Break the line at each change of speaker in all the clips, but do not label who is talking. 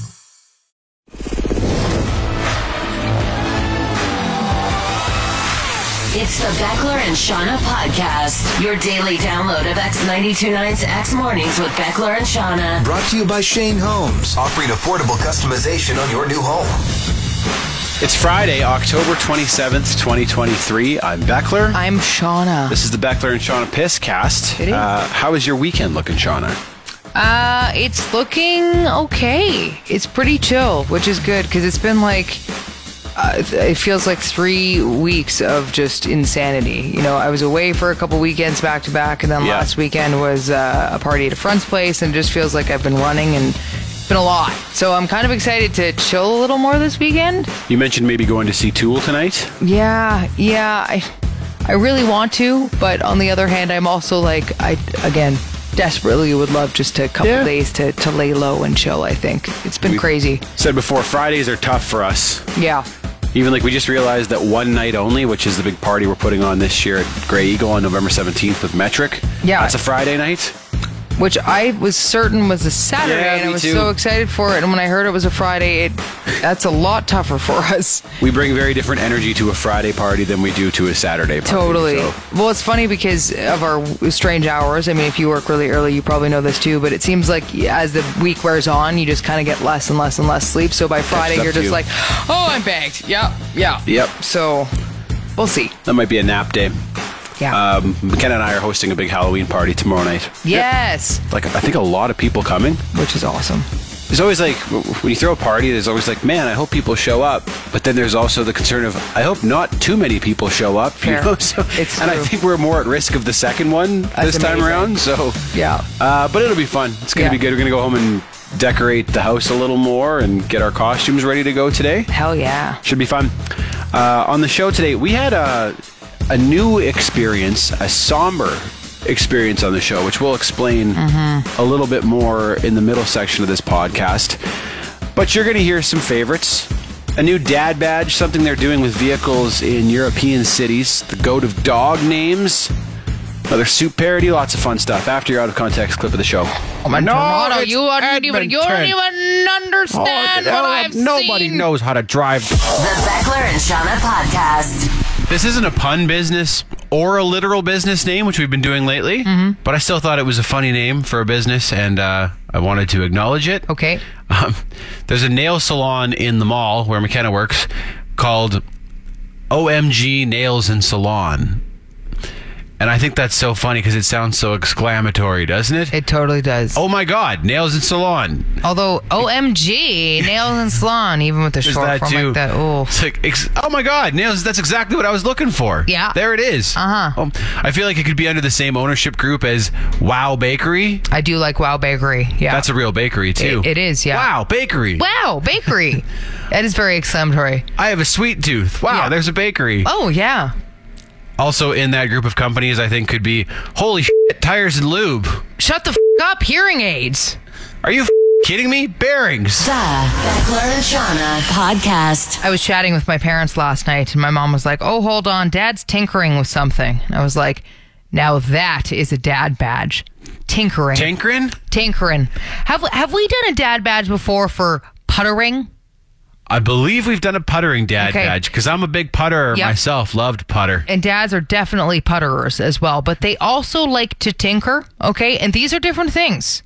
It's the Beckler and Shauna podcast, your daily download of X92 Nights, X Mornings with Beckler and Shauna.
Brought to you by Shane Holmes, offering affordable customization on your new home.
It's Friday, October 27th, 2023. I'm Beckler.
I'm Shauna.
this is the Beckler and Shauna Piss cast.
It is.
Uh, how is your weekend looking, Shauna?
Uh, it's looking okay. It's pretty chill, which is good because it's been like, uh, th- it feels like three weeks of just insanity. You know, I was away for a couple weekends back to back, and then
Yeah.
last weekend was uh, a party at a friend's place, and it just feels like I've been running and it's been a lot. So I'm kind of excited to chill a little more this weekend.
You mentioned maybe going to see Tool tonight.
Yeah, yeah. I, I really want to, but on the other hand, I'm also like, I again desperately would love just a couple
Yeah.
days to to lay low and chill. I think it's been crazy.
Said before, Fridays are tough for us.
Yeah,
Even like we just realized that one night only, which is the big party we're putting on this year at Grey Eagle on November 17th with Metric.
Yeah.
That's a Friday night.
which I was certain was a Saturday,
Yeah,
and I
me
was
too.
so excited for it. And when I heard it was a Friday, it that's a lot tougher for us.
We bring very different energy to a Friday party than we do to a Saturday party.
Totally.
so-
Well, it's funny because of our w- strange hours. I mean, if you work really early, you probably know this too, but it seems like as the week wears on, you just kind of get less and less and less sleep. So by Friday,
up
you're
to
just
you.
like, oh, I'm banked. Yep. Yeah.
Yep.
So we'll see. Uh,
That might be a nap day.
Yeah.
Um, Ken and I are hosting a big Halloween party tomorrow night.
yes.
Like, I think a lot of people coming.
Which is awesome.
There's always like when you throw a party, there's always like, man, I hope people show up. But then there's also the concern of I hope not too many people show up.
Fair.
You know, so
It's
and I
true.
think we're more at risk of the second one this time
amazing.
around. So
Yeah.
uh, but it'll be fun. It's gonna
Yeah.
be good. We're gonna go home and decorate the house a little more and get our costumes ready to go today.
Hell yeah.
Should be fun. Uh, on the show today, we had a, a new experience, a somber experience on the show, which we'll explain a little bit more in the middle section of this podcast. But you're going to hear some favorites. A new dad badge, something they're doing with vehicles in European cities, the goat of dog names, another soup parody, lots of fun stuff. After your out of context clip of the show.
Oh, my
No,
Toronto,
it's
you don't even, you don't
Edmonton.
even understand what I've
nobody
seen.
knows how to drive.
The Beckler and Shauna podcast.
This isn't a pun business or a literal business name, which we've been doing lately, but I still thought it was a funny name for a business and uh, I wanted to acknowledge it.
Okay.
Um, there's a nail salon in the mall where McKenna works called OMG Nails and Salon. And I think that's so funny because it sounds so exclamatory, doesn't it?
It totally does.
oh my God, Nails and Salon.
Although, OMG, nails and salon, even with the
There's
short
that
form
too.
like that. Oh,
It's like, ex- oh my God, nails. That's exactly what I was looking for.
Yeah.
There it is.
Uh-huh.
Um, I feel like it could be under the same ownership group as Wow Bakery.
I do like Wow Bakery. Yeah.
That's a real bakery too.
It- it is, yeah.
Wow Bakery.
Wow, bakery. that is very exclamatory.
I have a sweet tooth. Wow,
Yeah.
there's a bakery.
Oh, yeah.
Also in that group of companies, I think could be holy shit, tires and lube.
Shut the f- up, hearing aids.
Are you f- kidding me? Bearings.
The Beckler and Shauna podcast.
I was chatting with my parents last night, and my mom was like, Oh, hold on, dad's tinkering with something. And I was like, Now that is a dad badge. Tinkering.
Tinkering.
tinkering. Have, have we done a dad badge before for puttering?
I believe we've done a puttering dad
Okay.
badge because I'm a big putterer
Yep.
myself. Loved putter.
and dads are definitely putterers as well, but they also like to tinker, okay? And these are different things.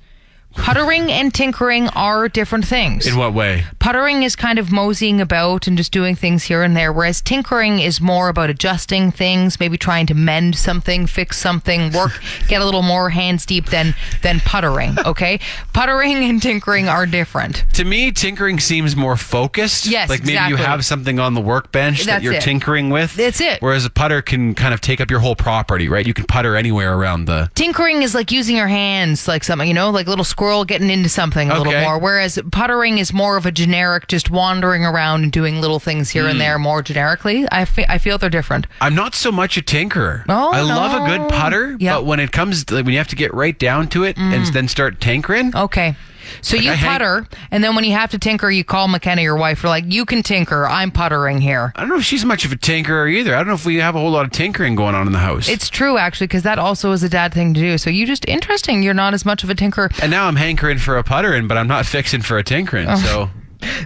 Puttering and tinkering are different things.
In what way?
Puttering is kind of moseying about and just doing things here and there, whereas tinkering is more about adjusting things, maybe trying to mend something, fix something, work, get a little more hands deep than than puttering, okay? puttering and tinkering are different.
To me, tinkering seems more focused.
Yes,
like maybe you
exactly.
have something on the workbench that
That's
you're
it.
tinkering with.
That's it.
Whereas a putter can kind of take up your whole property, right? You can putter anywhere around the.
tinkering is like using your hands like something you know like little we're all getting into something a little
Okay.
more. Whereas puttering is more of a generic, just wandering around and doing little things here and there more generically. I fe- I feel they're different.
I'm not so much a tinkerer.
Oh,
I love a
no.
good putter,
Yeah. Mm.
but when it comes to, like, when you have to get right down to it and then start tinkering,
Okay. So you
I hate-
putter, and then when you have to tinker, you call McKenna, your wife. You're like, you can tinker. I'm puttering here.
I don't know if she's much of a tinkerer either. I don't know if we have a whole lot of tinkering going on in the house.
It's true, actually, because that also is a dad thing to do. So you just interesting. You're not as much of a tinker.
and now I'm hankering for a puttering, but I'm not fixing for a tinkering.
Oh.
So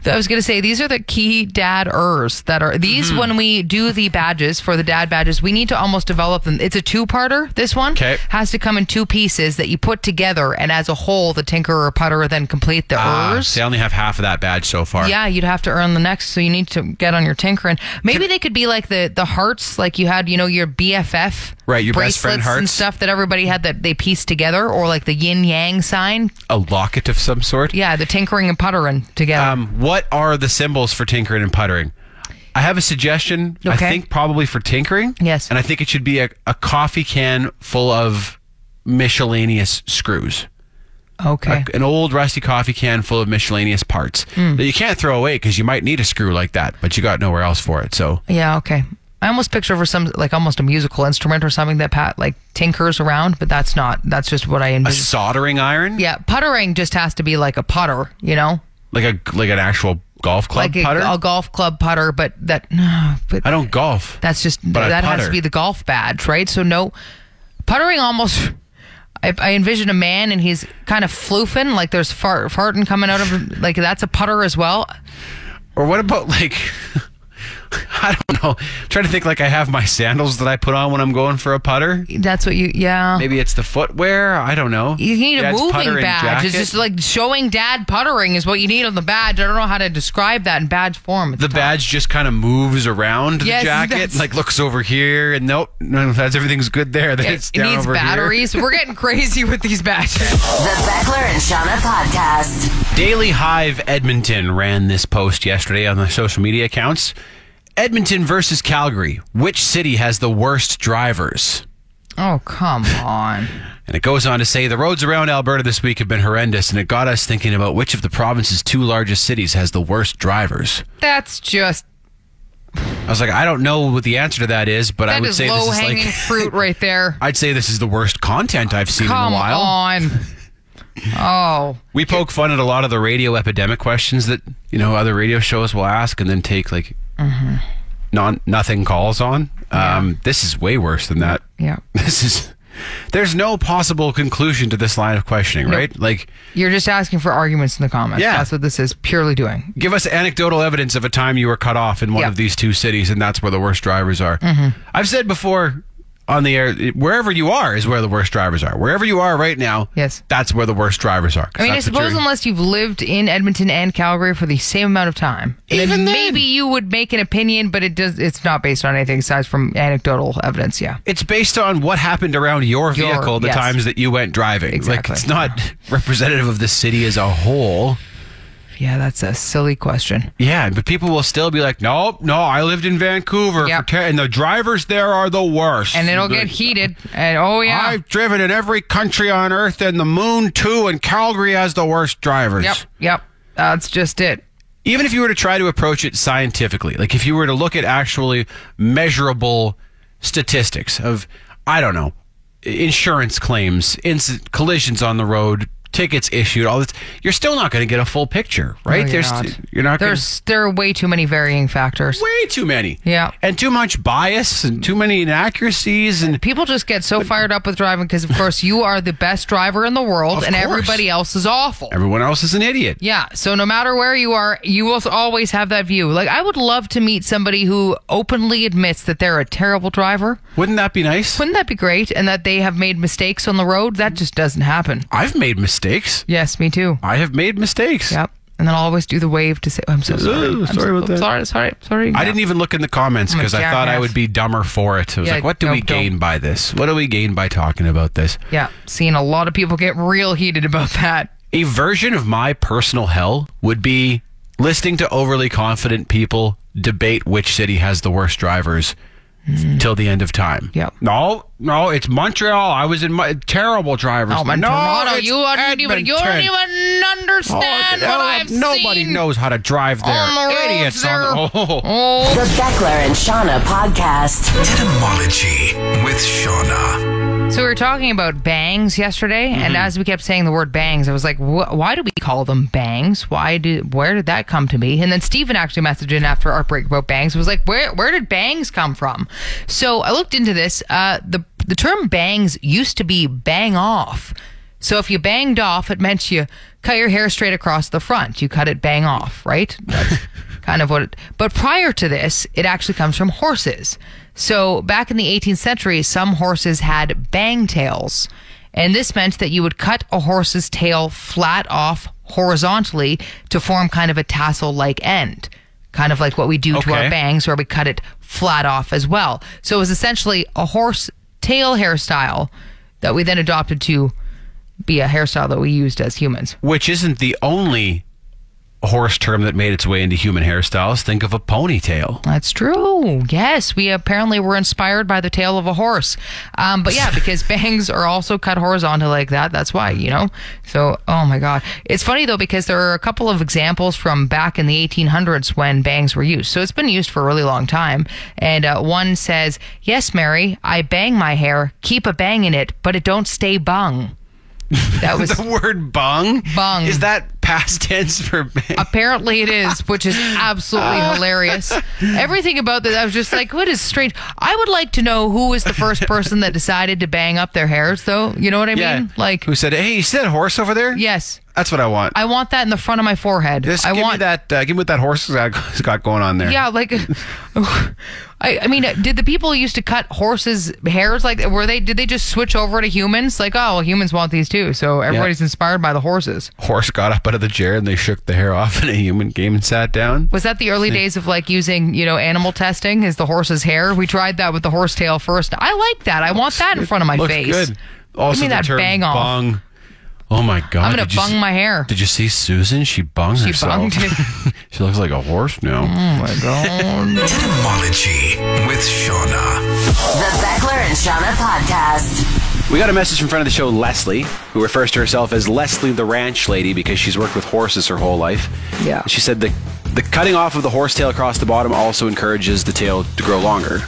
I was going to say these are the key dad ers that are these.
Mm-hmm.
When we do the badges for the dad badges, we need to almost develop them. It's a two parter. This one
'Kay.
has to come in two pieces that you put together, and as a whole, the tinkerer putterer then complete the
Ah,
ers.
see, I only have half of that badge so far.
Yeah, you'd have to earn the next, so you need to get on your tinkering. Maybe they could be like the the hearts, like you had, you know, your BFF,
Right, your best
bracelets
friend
and
hearts.
stuff that everybody had that they pieced together, or like the yin yang sign.
A locket of some sort.
Yeah, the tinkering and puttering together.
Um, what are the symbols for tinkering and puttering? I have a suggestion. I
Okay.
think probably for tinkering.
Yes.
And I think it should be a, a coffee can full of miscellaneous screws.
okay, Mm.
An old rusty coffee can full of miscellaneous parts that you can't throw away because you might need a screw like that, but you got nowhere else for it. So
yeah, okay. I almost picture for some like almost a musical instrument or something that Pat like tinkers around, but that's not. That's just what I
a
envision.
soldering iron,
yeah, puttering just has to be like a putter, you know,
like a like an actual golf club
like a,
putter.
a golf club putter, but that. But
I don't golf.
That's just
But I
that has to
putter.
be the golf badge, right? So no puttering almost. I, I envision a man and he's kind of floofing, like there's fart, farting coming out of him. Like that's a putter as well.
Or what about like I don't know. I'm trying to think like I have my sandals that I put on when I'm going for a putter.
That's what you, yeah.
Maybe it's the footwear. I don't know.
You need a
Dad's putter
moving
and
badge. It's
jacket.
just like showing dad puttering is what you need on the badge. I don't know how to describe that in badge form. It's
the badge just kind of moves around
Yes,
the jacket,
that's-
like looks over here and nope, no, that's everything's good there. Then
it,
it's
it
down
needs
over here.
batteries. We're getting crazy with these badges.
The Beckler and Shauna podcast.
Daily Hive Edmonton ran this post yesterday on their social media accounts. Edmonton versus Calgary. Which city has the worst drivers?
Oh come on.
And it goes on to say the roads around Alberta this week have been horrendous, and it got us thinking about which of the province's two largest cities has the worst drivers.
That's just
I was like, I don't know what the answer to that is, but I
that
would
is
say this
low
is
hanging
like
fruit right there.
I'd say this is the worst content I've seen
Come
in a while.
on. Oh,
We poke fun at a lot of the radio epidemic questions that you know other radio shows will ask, and then take like
Mm-hmm.
non nothing calls on. Um, this is way worse than that.
Yeah.
this is. There's no possible conclusion to this line of questioning, right? Like,
you're just asking for arguments in the comments.
Yeah.
That's what this is purely doing.
Give us anecdotal evidence of a time you were cut off in one
Yeah. Mm-hmm.
of these two cities, and that's where the worst drivers are. I've said before on the air, wherever you are is where the worst drivers are. Wherever you are right now,
Yes.
that's where the worst drivers are. 'cause
I mean, I
that's what
suppose
you're-
unless you've lived in Edmonton and Calgary for the same amount of time,
Even then.
maybe you would make an opinion, but it does. It's not based on anything aside from anecdotal evidence. Yeah.
it's based on what happened around your
Your-
vehicle the
yes.
times that you went driving. Like
Exactly.
it's not representative of the city as a whole.
Yeah, that's a silly question.
Yeah, but people will still be like, "Nope, no, I lived in Vancouver,
Yep.
for ten, and the drivers there are the worst."
And it'll get
Like,
heated. And oh yeah.
I've driven in every country on earth and the moon too, and Calgary has the worst drivers.
yep. Yep. That's just it.
Even if you were to try to approach it scientifically, like if you were to look at actually measurable statistics of, I don't know, insurance claims, incident, collisions on the road, tickets issued, all this, you're still not going to get a full picture, right?
No, you're
There's,
not.
you're not going
Oh, There's there are way too many varying factors.
way too many.
Yeah.
And too much bias and too many inaccuracies and
People just get so fired up with driving because, of course, you are the best driver in the world,
Of
and
course.
everybody else is awful.
everyone else is an idiot.
yeah, so no matter where you are, you will always have that view. Like, I would love to meet somebody who openly admits that they're a terrible driver.
Wouldn't that be nice?
Wouldn't that be great? And that they have made mistakes on the road. That just doesn't happen.
I've made mistakes.
Yes, me too.
I have made mistakes.
Yep. And then I'll always do the wave to say, "Oh, "I'm so sorry.
Ooh,
I'm
sorry
so-
about
I'm
that."
Sorry, sorry, sorry."
I didn't even look in the comments
I'm a
because I thought I
jackass.
would be dumber for it. I was
Yeah,
like, what do we
nope, don't.
gain by this? What do we gain by talking about this?
Yeah, seeing a lot of people get real heated about that.
A version of my personal hell would be listening to overly confident people debate which city has the worst drivers
till the end of time.
Hmm. Yep.
No, no, it's Montreal. I was in my, terrible drivers.
Oh, man,
no,
Toronto,
it's
you don't, even, you don't
Edmonton.
even understand
Oh,
what
no,
I've
nobody
seen.
knows how to drive there.
on the roads
Idiots on the, oh.
Oh,
The Beckler and Shauna podcast.
Etymology with Shauna.
So we were talking about bangs yesterday, and
Mm-hmm.
as we kept saying the word bangs, I was like, wh- "Why do we call them bangs? Why do? Where did that come to be?" And then Stephen actually messaged in after our break about bangs. Was like, "Where where did bangs come from?" So I looked into this. Uh, the the term bangs used to be bang off. So if you banged off, it meant you cut your hair straight across the front. You cut it bang off, right? That's kind of what it. But prior to this, it actually comes from horses. So back in the 18th century, some horses had bang tails. And this meant that you would cut a horse's tail flat off horizontally to form kind of a tassel like end, kind of like what we do to our
Okay.
bangs, where we cut it flat off as well. So it was essentially a horse tail hairstyle that we then adopted to be a hairstyle that we used as humans.
Which isn't the only horse term that made its way into human hairstyles. Think of a ponytail.
That's true. Yes, we apparently were inspired by the tail of a horse. Um, but yeah, because bangs are also cut horizontal like that. That's why, you know? So, oh my God. It's funny though, because there are a couple of examples from back in the 1800s when bangs were used. So it's been used for a really long time. And uh, one says, Yes, Mary, I bang my hair, keep a bang in it, but it don't stay bung. That was
The word bung?
Bung.
Is that past tense for bang?
Apparently it is, which is absolutely
Uh.
hilarious. Everything about that, I was just like, what is strange? I would like to know who was the first person that decided to bang up their hairs, though. You know what I mean? Like,
who said, hey, you see that horse over there?
yes,
That's what I want.
I want that in the front of my forehead.
Just
I
give
want
me that. Uh, give me what that horse has got- has got going on there.
Yeah, like, I, I mean, did the people who used to cut horses' hairs like were they? Did they just switch over to humans? Like, oh, well, humans want these too, so everybody's inspired by the horses.
Horse got up out of the chair and they shook the hair off, and a human came and sat down.
Was that the early days of like using, you know, animal testing as the horse's hair? We tried that with the horse tail first. I like that. I want that in front of my
Looks
face.
good. Also,
me
the
that
term
bang off.
bung. Oh my god!
I'm gonna
did you
bung
see-
my hair.
Did you see Susan? She bunged
She
herself.
bunged Mm.
she looks like a horse now.
Etymology with Shauna.
The Beckler and Shauna podcast.
We got a message from friend of the show, Leslie, who refers to herself as Leslie the Ranch Lady because she's worked with horses her whole life.
Yeah.
She said the the cutting off of the horse tail across the bottom also encourages the tail to grow longer.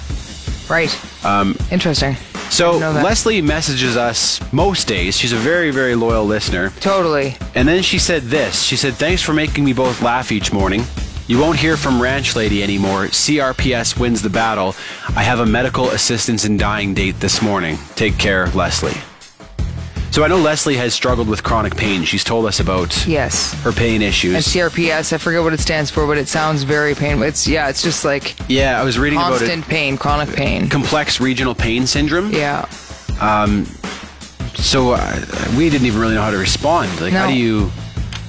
Right.
Um,
Interesting.
So
know that.
Leslie messages us most days. She's a very, very loyal listener.
Totally.
And then she said this. She said, Thanks for making me both laugh each morning. You won't hear from Ranch Lady anymore. CRPS wins the battle. I have a medical assistance in dying date this morning. Take care, Leslie. So I know Leslie has struggled with chronic pain. She's told us about
Yes.
her pain issues.
And CRPS, I forget what it stands for, but it sounds very painful. It's yeah, it's just like
yeah, I was reading about
constant
it.
pain, chronic pain.
Complex regional pain syndrome.
Yeah.
So uh, we didn't even really know how to respond. Like, how
No.
do you?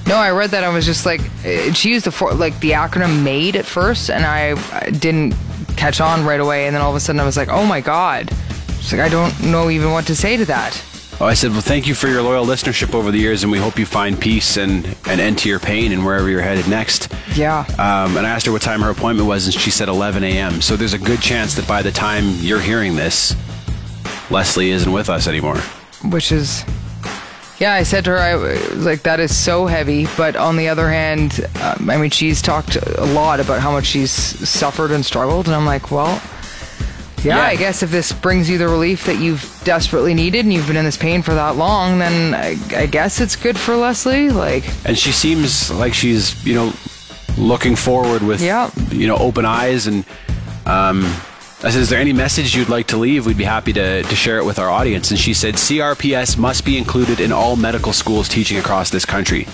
No, I read that. I was just like, eh, she used the for, like the acronym MADE at first, and I I didn't catch on right away. And then all of a sudden, I was like, oh my god, it's like I don't know even what to say to that.
Oh, I said, well, thank you for your loyal listenership over the years, and we hope you find peace and an end to your pain and wherever you're headed next.
Yeah.
Um, and I asked her what time her appointment was, and she said 11 a.m. So there's a good chance that by the time you're hearing this, Leslie isn't with us anymore.
which is yeah i said to her i was like that is so heavy but on the other hand um, i mean she's talked a lot about how much she's suffered and struggled and i'm like well yeah,
Yeah.
i guess if this brings you the relief that you've desperately needed and you've been in this pain for that long then i, I guess it's good for leslie like
And she seems like she's, you know, looking forward with,
Yeah.
you know, open eyes. And um, I said, is there any message you'd like to leave? We'd be happy to, to share it with our audience. And she said, CRPS must be included in all medical schools teaching across this country.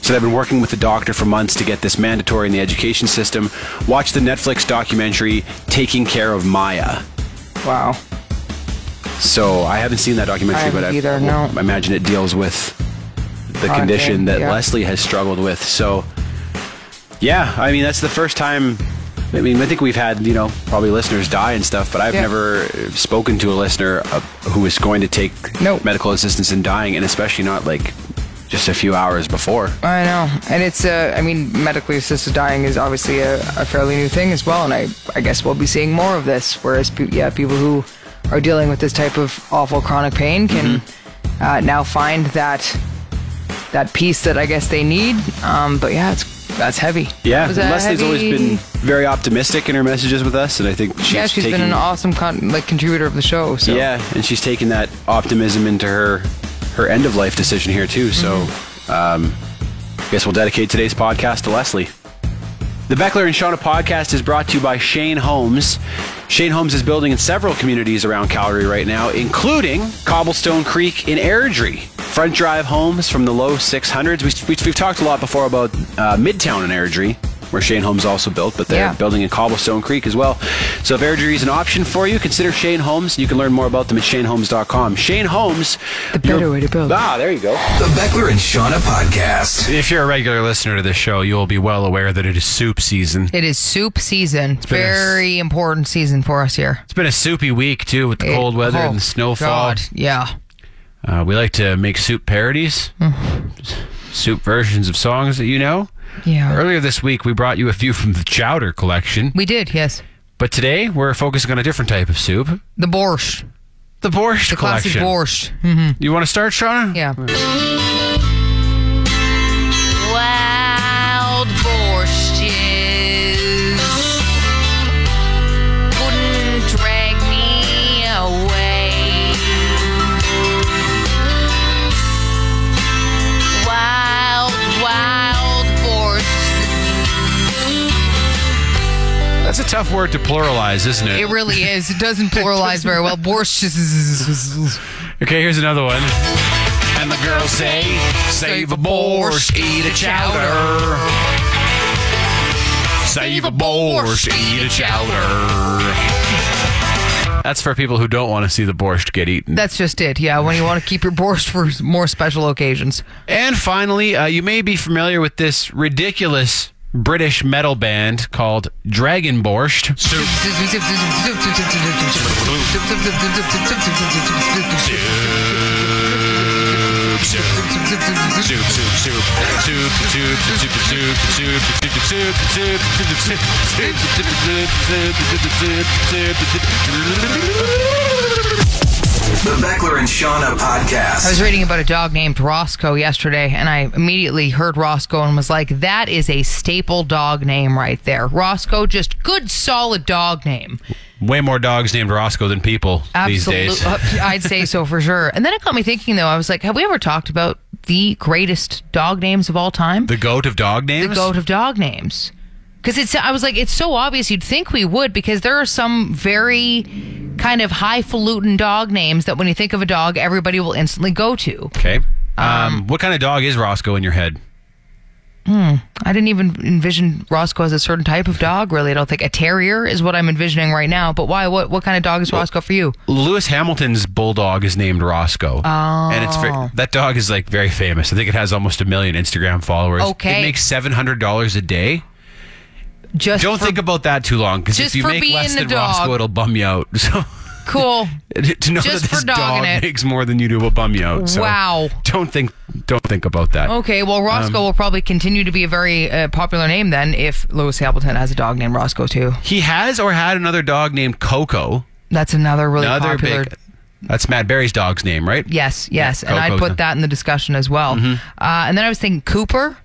So I've been working with the doctor for months to get this mandatory in the education system. Watch the Netflix documentary, Taking Care of Maya.
wow
So I haven't seen that documentary,
I haven't
but I,
either, no.
I imagine it deals with the condition
pain,
that
yeah.
Leslie has struggled with. So, yeah, I mean that's the first time. I mean, I think we've had you know probably listeners die and stuff, but I've
Yeah.
never spoken to a listener uh, who is going to take
No.
medical assistance in dying, and especially not like just
just a few hours before.
I know, and it's uh, I mean, medically assisted dying is obviously a, a fairly new thing as well, and I I guess we'll be seeing more of this. Whereas, pe- yeah, people who are dealing with this type of awful chronic pain can uh, now find that that piece that I guess they need. Um, but yeah, it's that's heavy.
Yeah,
That was a
Leslie's always
heavy-
been very optimistic in her messages with us, and I think she's
yeah, she's
taking,
been an awesome con- like contributor of the show. So
yeah, and she's taking that optimism into her her end of life decision here too. So, um, I guess we'll dedicate today's podcast to Leslie. The Beckler and Shauna podcast is brought to you by Shane Holmes. Shane Holmes is building in several communities around Calgary right now, including Cobblestone Creek in Airdrie. Front drive homes from the low 600s. We, we, we've talked a lot before about uh, Midtown in Airdrie, where Shane Holmes also built, but they're
Yeah.
building in Cobblestone Creek as well. So if Airdrie is an option for you, consider Shane Holmes. You can learn more about them at shaneholmes.com. Shane Holmes. The
better way to build.
Ah, there you go.
The Beckler and Shauna Podcast.
If you're a regular listener to this show, you will be well aware that it is soup season.
It is soup season.
been a s-
Very important season for us here.
It's been a soupy week too, with the cold
It-
weather
oh,
and the snowfall.
God, yeah.
Uh, we like to make soup parodies,
Hmm.
soup versions of songs that you know.
Yeah.
Earlier this week, we brought you a few from the Chowder collection,
We did, yes.
but today we're focusing on a different type of soup,
The borscht.
the borscht
The classic
collection.
borscht. hmm
You want to start, Shauna?
Yeah. Wild borsches wouldn't drag me away. Wild, wild borsches.
That's a tough word to pluralize, isn't it?
It really is. It doesn't pluralize very well. Borsches.
okay, here's another one. And the girls say, save a borscht, eat a chowder. Save a borscht, eat a chowder. That's for people who don't want to see the borscht get eaten.
That's just it. Yeah, when you want to keep your borscht for more special occasions.
And finally, uh, you may be familiar with this ridiculous British metal band called Dragon Borscht.
The Beckler and Shauna
I was
Podcast.
reading about a dog named Roscoe yesterday, and I immediately heard Roscoe and was like, that is a staple dog name right there. Roscoe, just good, solid dog name.
Way more dogs named Roscoe than people these days.
Absolute- uh, I'd say so for sure. And then it got me thinking, though. I was like, have we ever talked about the greatest dog names of all time?
The goat of dog names?
the goat of dog names because it's i was like it's so obvious you'd think we would because there are some very kind of highfalutin dog names that when you think of a dog everybody will instantly go to
Okay. Um, what kind of dog is Roscoe in your head?
i didn't even envision roscoe as a certain type of dog really i don't think a terrier is what i'm envisioning right now but why what what kind of dog is roscoe for you
Lewis Hamilton's bulldog is named Roscoe. Oh. And it's very, that dog is like very famous. I think it has almost a million Instagram followers.
Okay.
It makes $700 a day.
just
Don't
for-
think about that too long because
just
if you
for
make
being
less
the
than
dog.
Roscoe, it'll bum you out. So
cool
to know
Just
that this
for dogging
dog
it.
makes more than you do will bum you out. So
Wow.
Don't think don't think about that.
okay well
Um,
roscoe will probably continue to be a very uh, popular name then if lewis hamilton has a dog named roscoe too
He has or had another dog named Coco.
that's another really
Another
popular
big. That's Matt Berry's dog's name, right?
Yes, yes. and I'd
Coco's
put
a-
that in the discussion as well. Uh, and then I was thinking Cooper.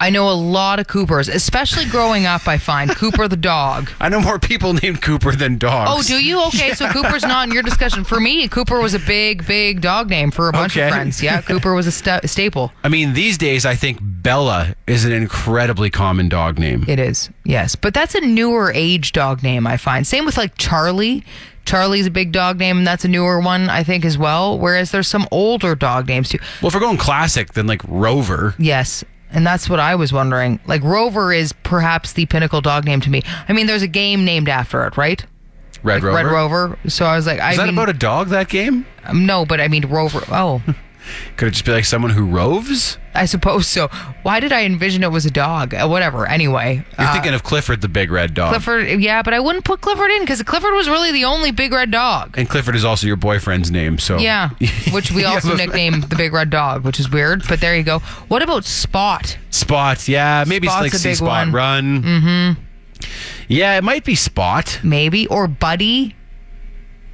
I know a lot of Coopers, especially growing up, I find Cooper the dog.
I know more people named Cooper than
Oh,
dogs.
do you? Okay, so Cooper's not in your discussion. For me, Cooper was a big, big dog name for a bunch
Okay.
of friends. Yeah, Cooper was a sta- staple.
I mean, these days I think Bella is an incredibly common dog name.
It is, yes. But that's a newer age dog name, I find. Same with like Charlie. Charlie's a big dog name, and that's a newer one, I think, as well. Whereas there's some older dog names too.
Well, if we're going classic, then like Rover.
Yes. And that's what I was wondering. Like Rover is perhaps the pinnacle dog name to me. I mean, there's a game named after it, right?
Red
Like
Rover.
Red Rover. So I was like, I
Is that
mean,
about a dog, that game?
um, no, but I mean Rover. Oh,
Could it just be like someone who roves?
I suppose so. Why did I envision it was a dog? Uh, whatever. Anyway,
You're
uh,
thinking of Clifford the big red dog.
Clifford. Yeah, but I wouldn't put Clifford in because Clifford was really the only big red dog.
And Clifford is also your boyfriend's name, so
Yeah, which we also
but-
nicknamed the big red dog, which is weird. But there you go. What about Spot?
Spot, yeah, maybe
Spot's
it's
a
like C
big
Spot
one.
Run. Mm-hmm. Yeah, it might be Spot.
Maybe or Buddy?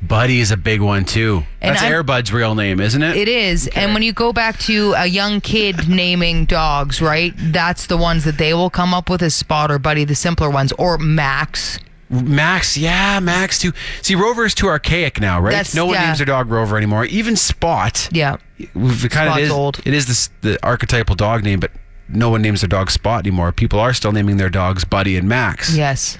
Buddy is a big one too.
And
That's
I'm-
Airbud's real name, isn't it?
It is. And when you go back to a young kid naming dogs, right? That's the ones that they will come up with as Spot or Buddy, the simpler ones, or Max.
Max, yeah, Max too. See, Rover is too archaic now, right?
That's-
no one
yeah.
names their dog Rover anymore. Even Spot.
Yeah.
We've- it kind of
Spot's
is.
old.
It is this, the archetypal dog name, but no one names their dog Spot anymore. People are still naming their dogs Buddy and Max.
Yes.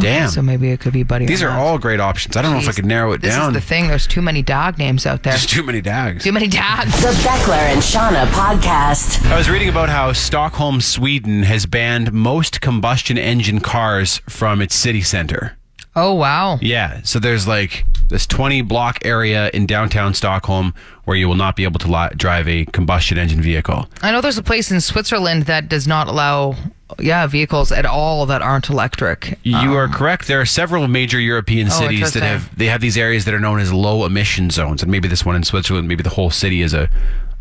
Damn.
So maybe it could be Buddy. or
These are
Max.
all great options. I don't know if I
Oh, Jeez.
could narrow it
This
down.
is the thing. There's too many dog names out there.
There's too many dogs.
Too many dogs.
The Beckler and Shauna podcast.
I was reading about how Stockholm, Sweden has banned most combustion engine cars from its city center.
Oh wow.
Yeah. So there's like this 20 block area in downtown Stockholm where you will not be able to li- drive a combustion engine vehicle.
I know there's a place in Switzerland that does not allow yeah, vehicles at all that aren't electric.
You are correct. There are several major European cities that
interesting.
have they have these areas that are known as low emission zones, and maybe this one in Switzerland, maybe the whole city is a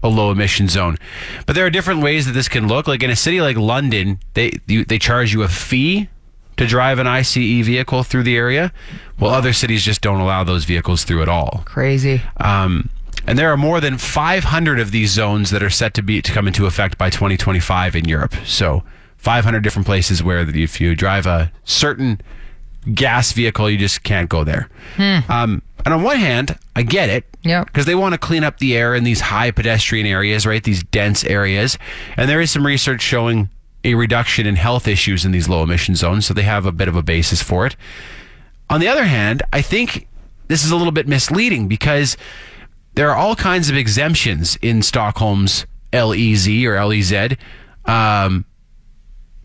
a low emission zone. But there are different ways that this can look. Like in a city like London, they you, they charge you a fee to drive an ICE vehicle through the area, while other cities just don't allow those vehicles through at all.
Crazy.
Um, and there are more than 500 of these zones that are set to be to come into effect by 2025 in Europe. So 500 different places where the- if you drive a certain gas vehicle, you just can't go there. Um, and on one hand, I get it.
Yep.
Because they want to clean up the air in these high pedestrian areas, right? These dense areas. And there is some research showing a reduction in health issues in these low emission zones. So they have a bit of a basis for it. On the other hand, I think this is a little bit misleading because there are all kinds of exemptions in Stockholm's LEZ or LEZ um,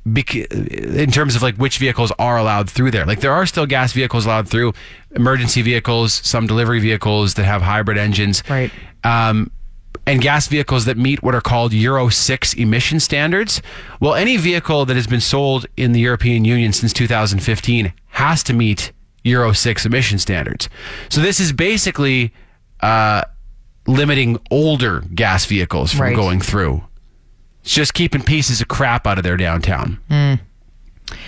bec- in terms of like which vehicles are allowed through there. Like there are still gas vehicles allowed through, emergency vehicles, some delivery vehicles that have hybrid engines,
Right.
Um, and gas vehicles that meet what are called Euro 6 emission standards. Well, any vehicle that has been sold in the European Union since 2015 has to meet Euro 6 emission standards. So this is basically uh, limiting older gas vehicles from
Right.
going through. It's just keeping pieces of crap out of their downtown.
Hmm.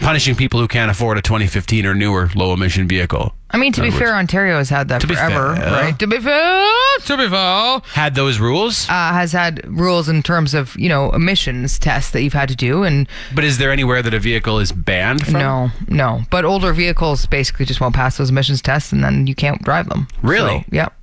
Punishing people who can't afford a 2015 or newer low emission vehicle.
I mean, to be fair, Ontario has had that
be
forever,
fair.
right? To be fair, to be fair,
Had those rules,
uh, has had rules in terms of you know emissions tests that you've had to do, and
but is there anywhere that a vehicle is banned from?
no, no, but older vehicles basically just won't pass those emissions tests, and then you can't drive them.
Really?
So, yep.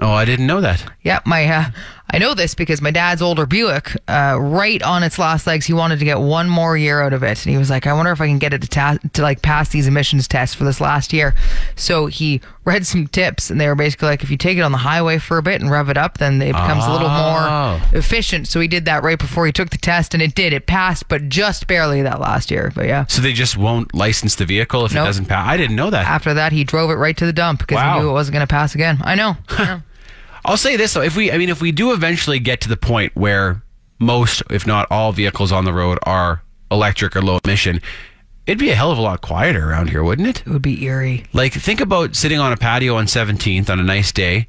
Oh, I didn't know that.
Yeah, my uh, I know this because my dad's older Buick, uh, right on its last legs, he wanted to get one more year out of it, and he was like, "I wonder if I can get it to ta- to like pass these emissions tests for this last year." So he read some tips, and they were basically like, "If you take it on the highway for a bit and rev it up, then it becomes a little
Oh.
more efficient." So he did that right before he took the test, and it did. It passed, but just barely that last year. But yeah,
So they just won't license the vehicle if
Nope.
it doesn't pass. I didn't know that.
after that, he drove it right to the dump because
Wow.
he knew it wasn't going to pass again. I know. Yeah.
I'll say this though: if we, I mean, if we do eventually get to the point where most, if not all, vehicles on the road are electric or low emission, it'd be a hell of a lot quieter around here, wouldn't it?
It would be eerie.
Like, think about sitting on a patio on 17th on a nice day,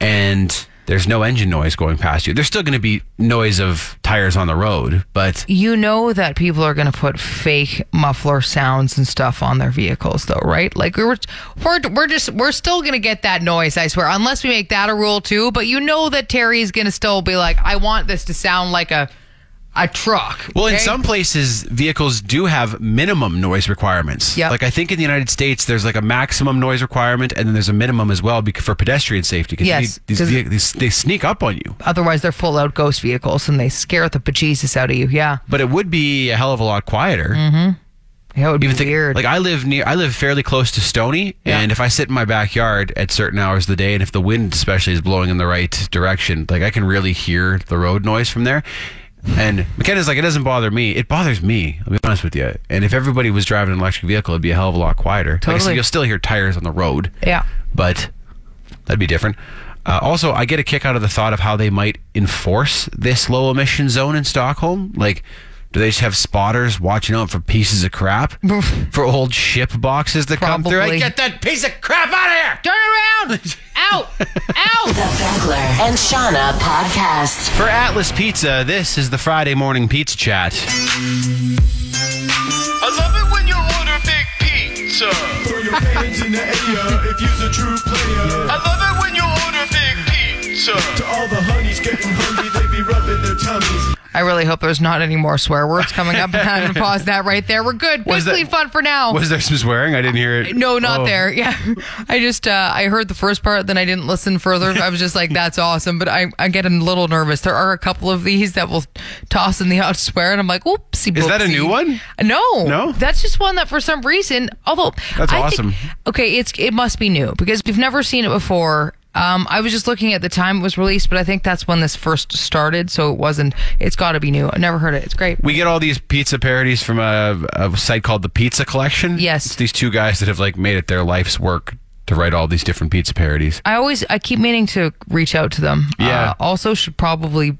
and there's no engine noise going past you. There's still going to be noise of tires on the road, but
you know that people are going to put fake muffler sounds and stuff on their vehicles though right like we're we're, we're just we're still going to get that noise i swear unless we make that a rule too but you know that terry's going to still be like i want this to sound like a a truck
Well, in
okay?
some places, vehicles do have minimum noise requirements.
Yep.
Like I think in the United States, there's like a maximum noise requirement, and then there's a minimum as well bec- for pedestrian safety. 'cause
Yes,
these,
'cause-
these, vehi- these they sneak up on you.
otherwise they're full out ghost vehicles and they scare the bejesus out of you yeah
But it would be a hell of a lot quieter.
yeah it would be
Even think-
weird
Like I live near, I live fairly close to Stony,
Yeah.
and if I sit in my backyard at certain hours of the day, and if the wind especially is blowing in the right direction, like I can really hear the road noise from there. And McKenna's like, it doesn't bother me. It bothers me. I'll be honest with you. And if everybody was driving an electric vehicle, it'd be a hell of a lot quieter. Like I said,
Totally.
you'll still hear tires on the road.
Yeah.
But that'd be different. Uh, also, I get a kick out of the thought of how they might enforce this low emission zone in Stockholm. Like, do they just have spotters watching out for pieces of crap for old ship boxes that come through? Like,
Probably.
get that piece of crap out of here!
Turn around! Out! Out!
The Beckler and Shauna podcast.
For Atlas Pizza, this is the Friday morning pizza chat.
I love it when you order big pizza. Throw your hands in the air if you's a true player. I love it when you order big pizza. To all the honeys getting hungry, they be rubbing their tummies.
I really hope there's not any more swear words coming up. I'm going to pause that right there. We're good. Big
Was that-
clean fun for now.
Was there some swearing? I didn't hear it.
Oh. no, not
Oh.
there. Yeah, I just uh, I heard the first part, then I didn't listen further. I was just like, "That's awesome," but I I get a little nervous. There are a couple of these that will toss in the hot swear, and I'm like, "Oopsie."
Is that a
boopsie."
new one?
No,
No?
That's just one that for some reason, although
That's
I
awesome.
think- okay, it's it must be new because we've never seen it before. Um, I was just looking at the time it was released, but I think that's when this first started, so it wasn't. It's got to be new. I never heard it. It's great.
we get all these pizza parodies from a, a site called the Pizza Collection.
Yes.
It's these two guys that have like made it their life's work to write all these different pizza parodies.
I always I keep meaning to reach out to them.
Yeah.
Uh, also, should probably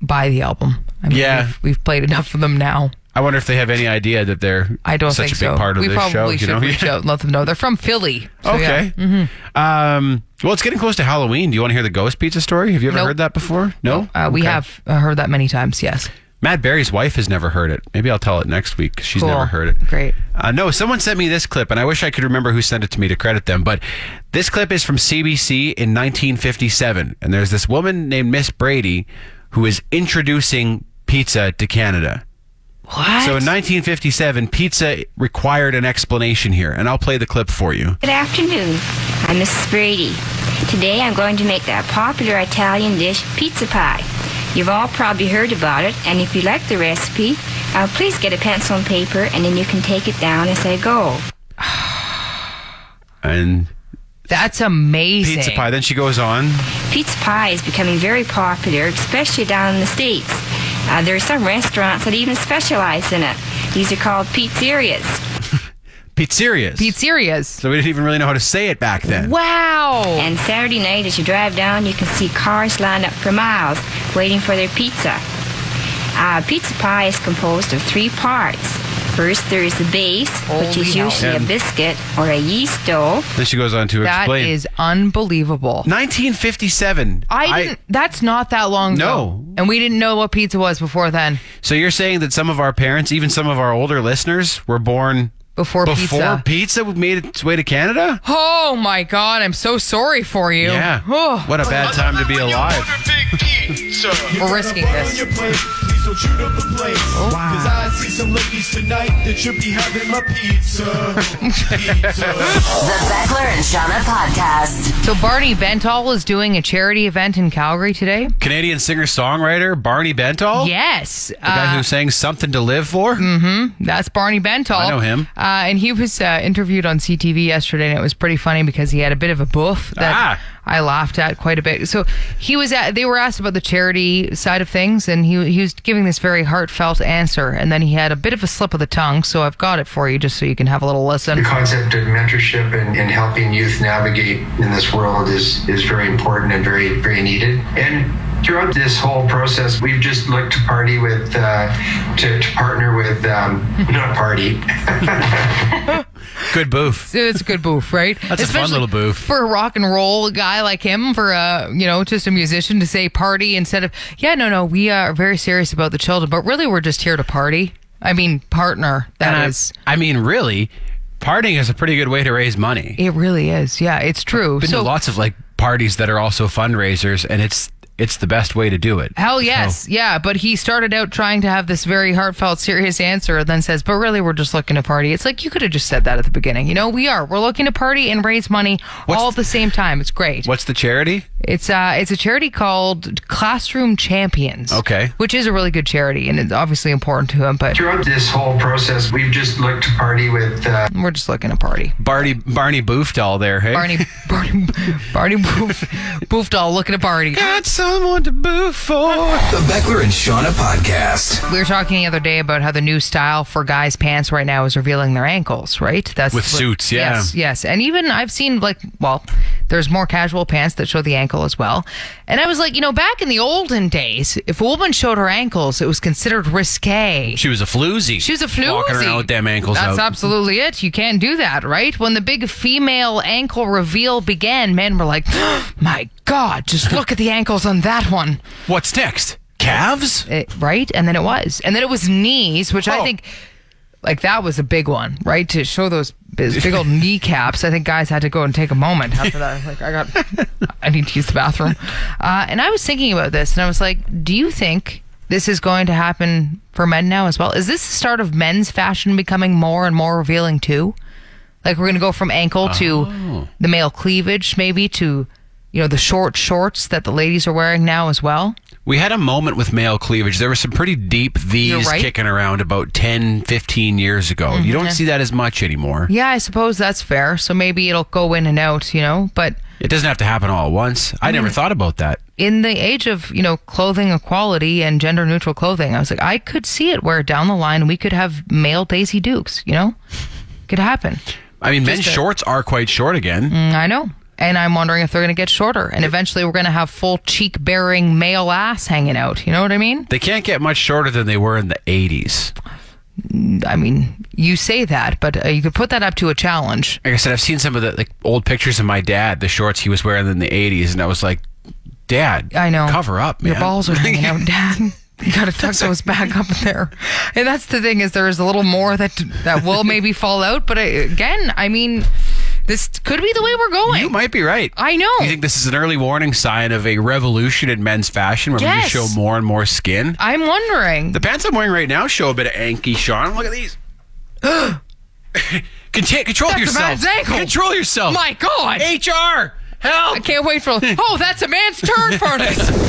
buy the album. I mean,
Yeah.
We've, we've played enough of them now.
I wonder if they have any idea that they're
I don't
such
think
a big
so.
part of
we
this
probably
show.
should
you know?
reach out and let them know they're from Philly. So, yeah. Mm-hmm.
okay. Um, well, it's getting close to Halloween. Do you want to hear the ghost pizza story? Have you ever
Nope.
heard that before? No.
Uh, we
Okay.
have uh, heard that many times. Yes.
Matt Berry's wife has never heard it. Maybe I'll tell it next week. 'cause She's
Cool.
never heard it.
Great.
Uh, no, someone sent me this clip, and I wish I could remember who sent it to me to credit them. But this clip is from CBC in 1957, and there's this woman named Miss Brady who is introducing pizza to Canada.
What?
So in 1957, pizza required an explanation here, and I'll play the clip for you.
Good afternoon. I'm Mrs. Brady. Today I'm going to make that popular Italian dish, pizza pie. You've all probably heard about it, and if you like the recipe, uh, please get a pencil and paper, and then you can take it down as I go.
And
That's amazing.
pizza pie. Then she goes on.
Pizza pie is becoming very popular, especially down in the States. Uh, there are some restaurants that even specialize in it. These are called pizzerias.
Pizzerias.
Pizzerias.
so we didn't even really know how to say it back then.
Wow.
And Saturday night, as you drive down, you can see cars lined up for miles waiting for their pizza. Uh, pizza pie is composed of three parts. First, there is the base, which
Holy
is
hell.
usually a
And-
biscuit or a yeast dough.
Then she goes on to
That
explain.
is unbelievable.
1957.
I didn't. that's not that long ago.
No.
And we didn't know what pizza was before then.
So you're saying that some of our parents, even some of our older listeners, were born
Before
before
pizza.
pizza made its way to Canada?
Oh my God! I'm so sorry for you.
Yeah.
Oh.
What a bad time to be alive.
We're risking this. Oh,
Please don't shoot up the place. Cause I see some ladies tonight that should be having my pizza. pizza.
The Beckler and Shauna podcast.
So Barney Bentall is doing a charity event in Calgary today.
Canadian singer songwriter Barney Bentall?
Yes,
The guy
uh, mm.
who sang Something to Live For?
that's Barney Bentall.
I know him.
Uh, and he was uh, interviewed on CTV yesterday, and it was pretty funny because he had a bit of a boof that
Ah.
I laughed at quite a bit. So he was at. They were asked about the charity side of things, and he he was giving this very heartfelt answer, and then he had a bit of a slip of the tongue. So I've got it for you, just so you can have a little listen.
the concept of mentorship and, and helping youth navigate in this world is is very important and very very needed and throughout this whole process we've just looked to party with uh, to, to partner with um, not party
Good boof.
it's a good boof, right?
That's a fun little boof.
for a rock and roll guy like him, for a you know just a musician to say party instead of yeah, no, no, we uh, are very serious about the children, but really we're just here to party. I mean, partner.
And I-
That is,
I mean, really, partying is a pretty good way to raise money.
it really is. Yeah, it's true.
been to
So.
lots of like parties that are also fundraisers, and it's it's the best way to do it.
Hell yes, yeah. But he started out trying to have this very heartfelt, serious answer, and then says, "But really, we're just looking to party." It's like you could have just said that at the beginning. You know, we are. We're looking to party and raise money all at the same time. It's great.
What's the charity?
It's uh, it's a charity called Classroom Champions.
Okay.
which is a really good charity, and it's obviously important to him. But
throughout this whole process we've just looked to party with uh,
we're just looking to party.
Barney Barney Boofed all there. Hey,
Barney, Barney, Barney, boof, boofed all looking to party.
got someone to boof for.
The Beckler and Shauna Podcast.
We were talking the other day about how the new style for guys' pants right now is revealing their ankles, right? That's
With suits, yeah.
Yes, yes. And even I've seen like, well, There's more casual pants that show the ankle as well. And I was like, you know, back in the olden days, if a woman showed her ankles, it was considered risque.
She was a floozy.
She was a floozy.
Walking around with them ankles
That's
out.
absolutely it. You can't do that, right? When the big female ankle reveal began, men were like, my God, just look at the ankles on that one.
What's next? Calves?
It- right? And then it was. And then it was knees, which I
Oh.
think, like, that was a big one, right? To show those biz- big old kneecaps. I think guys had to go and take a moment after that. Like, I got, I need to use the bathroom. Uh, and I was thinking about this and I was like, do you think this is going to happen for men now as well? Is this the start of men's fashion becoming more and more revealing too? Like, we're going to go from ankle to the male cleavage, maybe to. You know, the short shorts that the ladies are wearing now as well.
We had a moment with male cleavage. There were some pretty deep
You're
V's
right. Mm-hmm.
kicking around about 10, 15 years ago. You don't see that as much anymore.
Yeah, I suppose that's fair. So maybe it'll go in and out, you know. But
It doesn't have to happen all at once. I,
Mm-hmm.
never thought about that.
in the age of, you know, clothing equality and gender neutral clothing, I was like, I could see it where down the line we could have male Daisy Dukes, you know? Could happen.
I mean, men's shorts are quite short again.
Mm, I know. And I'm wondering if they're going to get shorter. And eventually we're going to have full cheek bearing male ass hanging out. You know what I mean?
They can't get much shorter than they were in the 80s.
I mean, you say that, but uh, you could put that up to a challenge.
Like I said, I've seen some of the like old pictures of my dad, the shorts he was wearing in the 80s, and I was like, Dad,
I know.
cover up, man.
Your balls are hanging out, Dad. You gotta tuck those back up in there. And that's the thing is there is a little more that that will maybe fall out. But I, again, I mean, this could be the way we're going.
You might be right.
I know.
You think this is an early warning sign of a revolution in men's fashion where
Yes.
we just show more and more skin?
I'm wondering.
The pants I'm wearing right now show a bit of anky, Sean. Look at these. Contain, control
That's a
yourself.
man's ankle.
Control yourself.
My God.
HR, help.
I can't wait for. Oh, that's a man's turn furnace.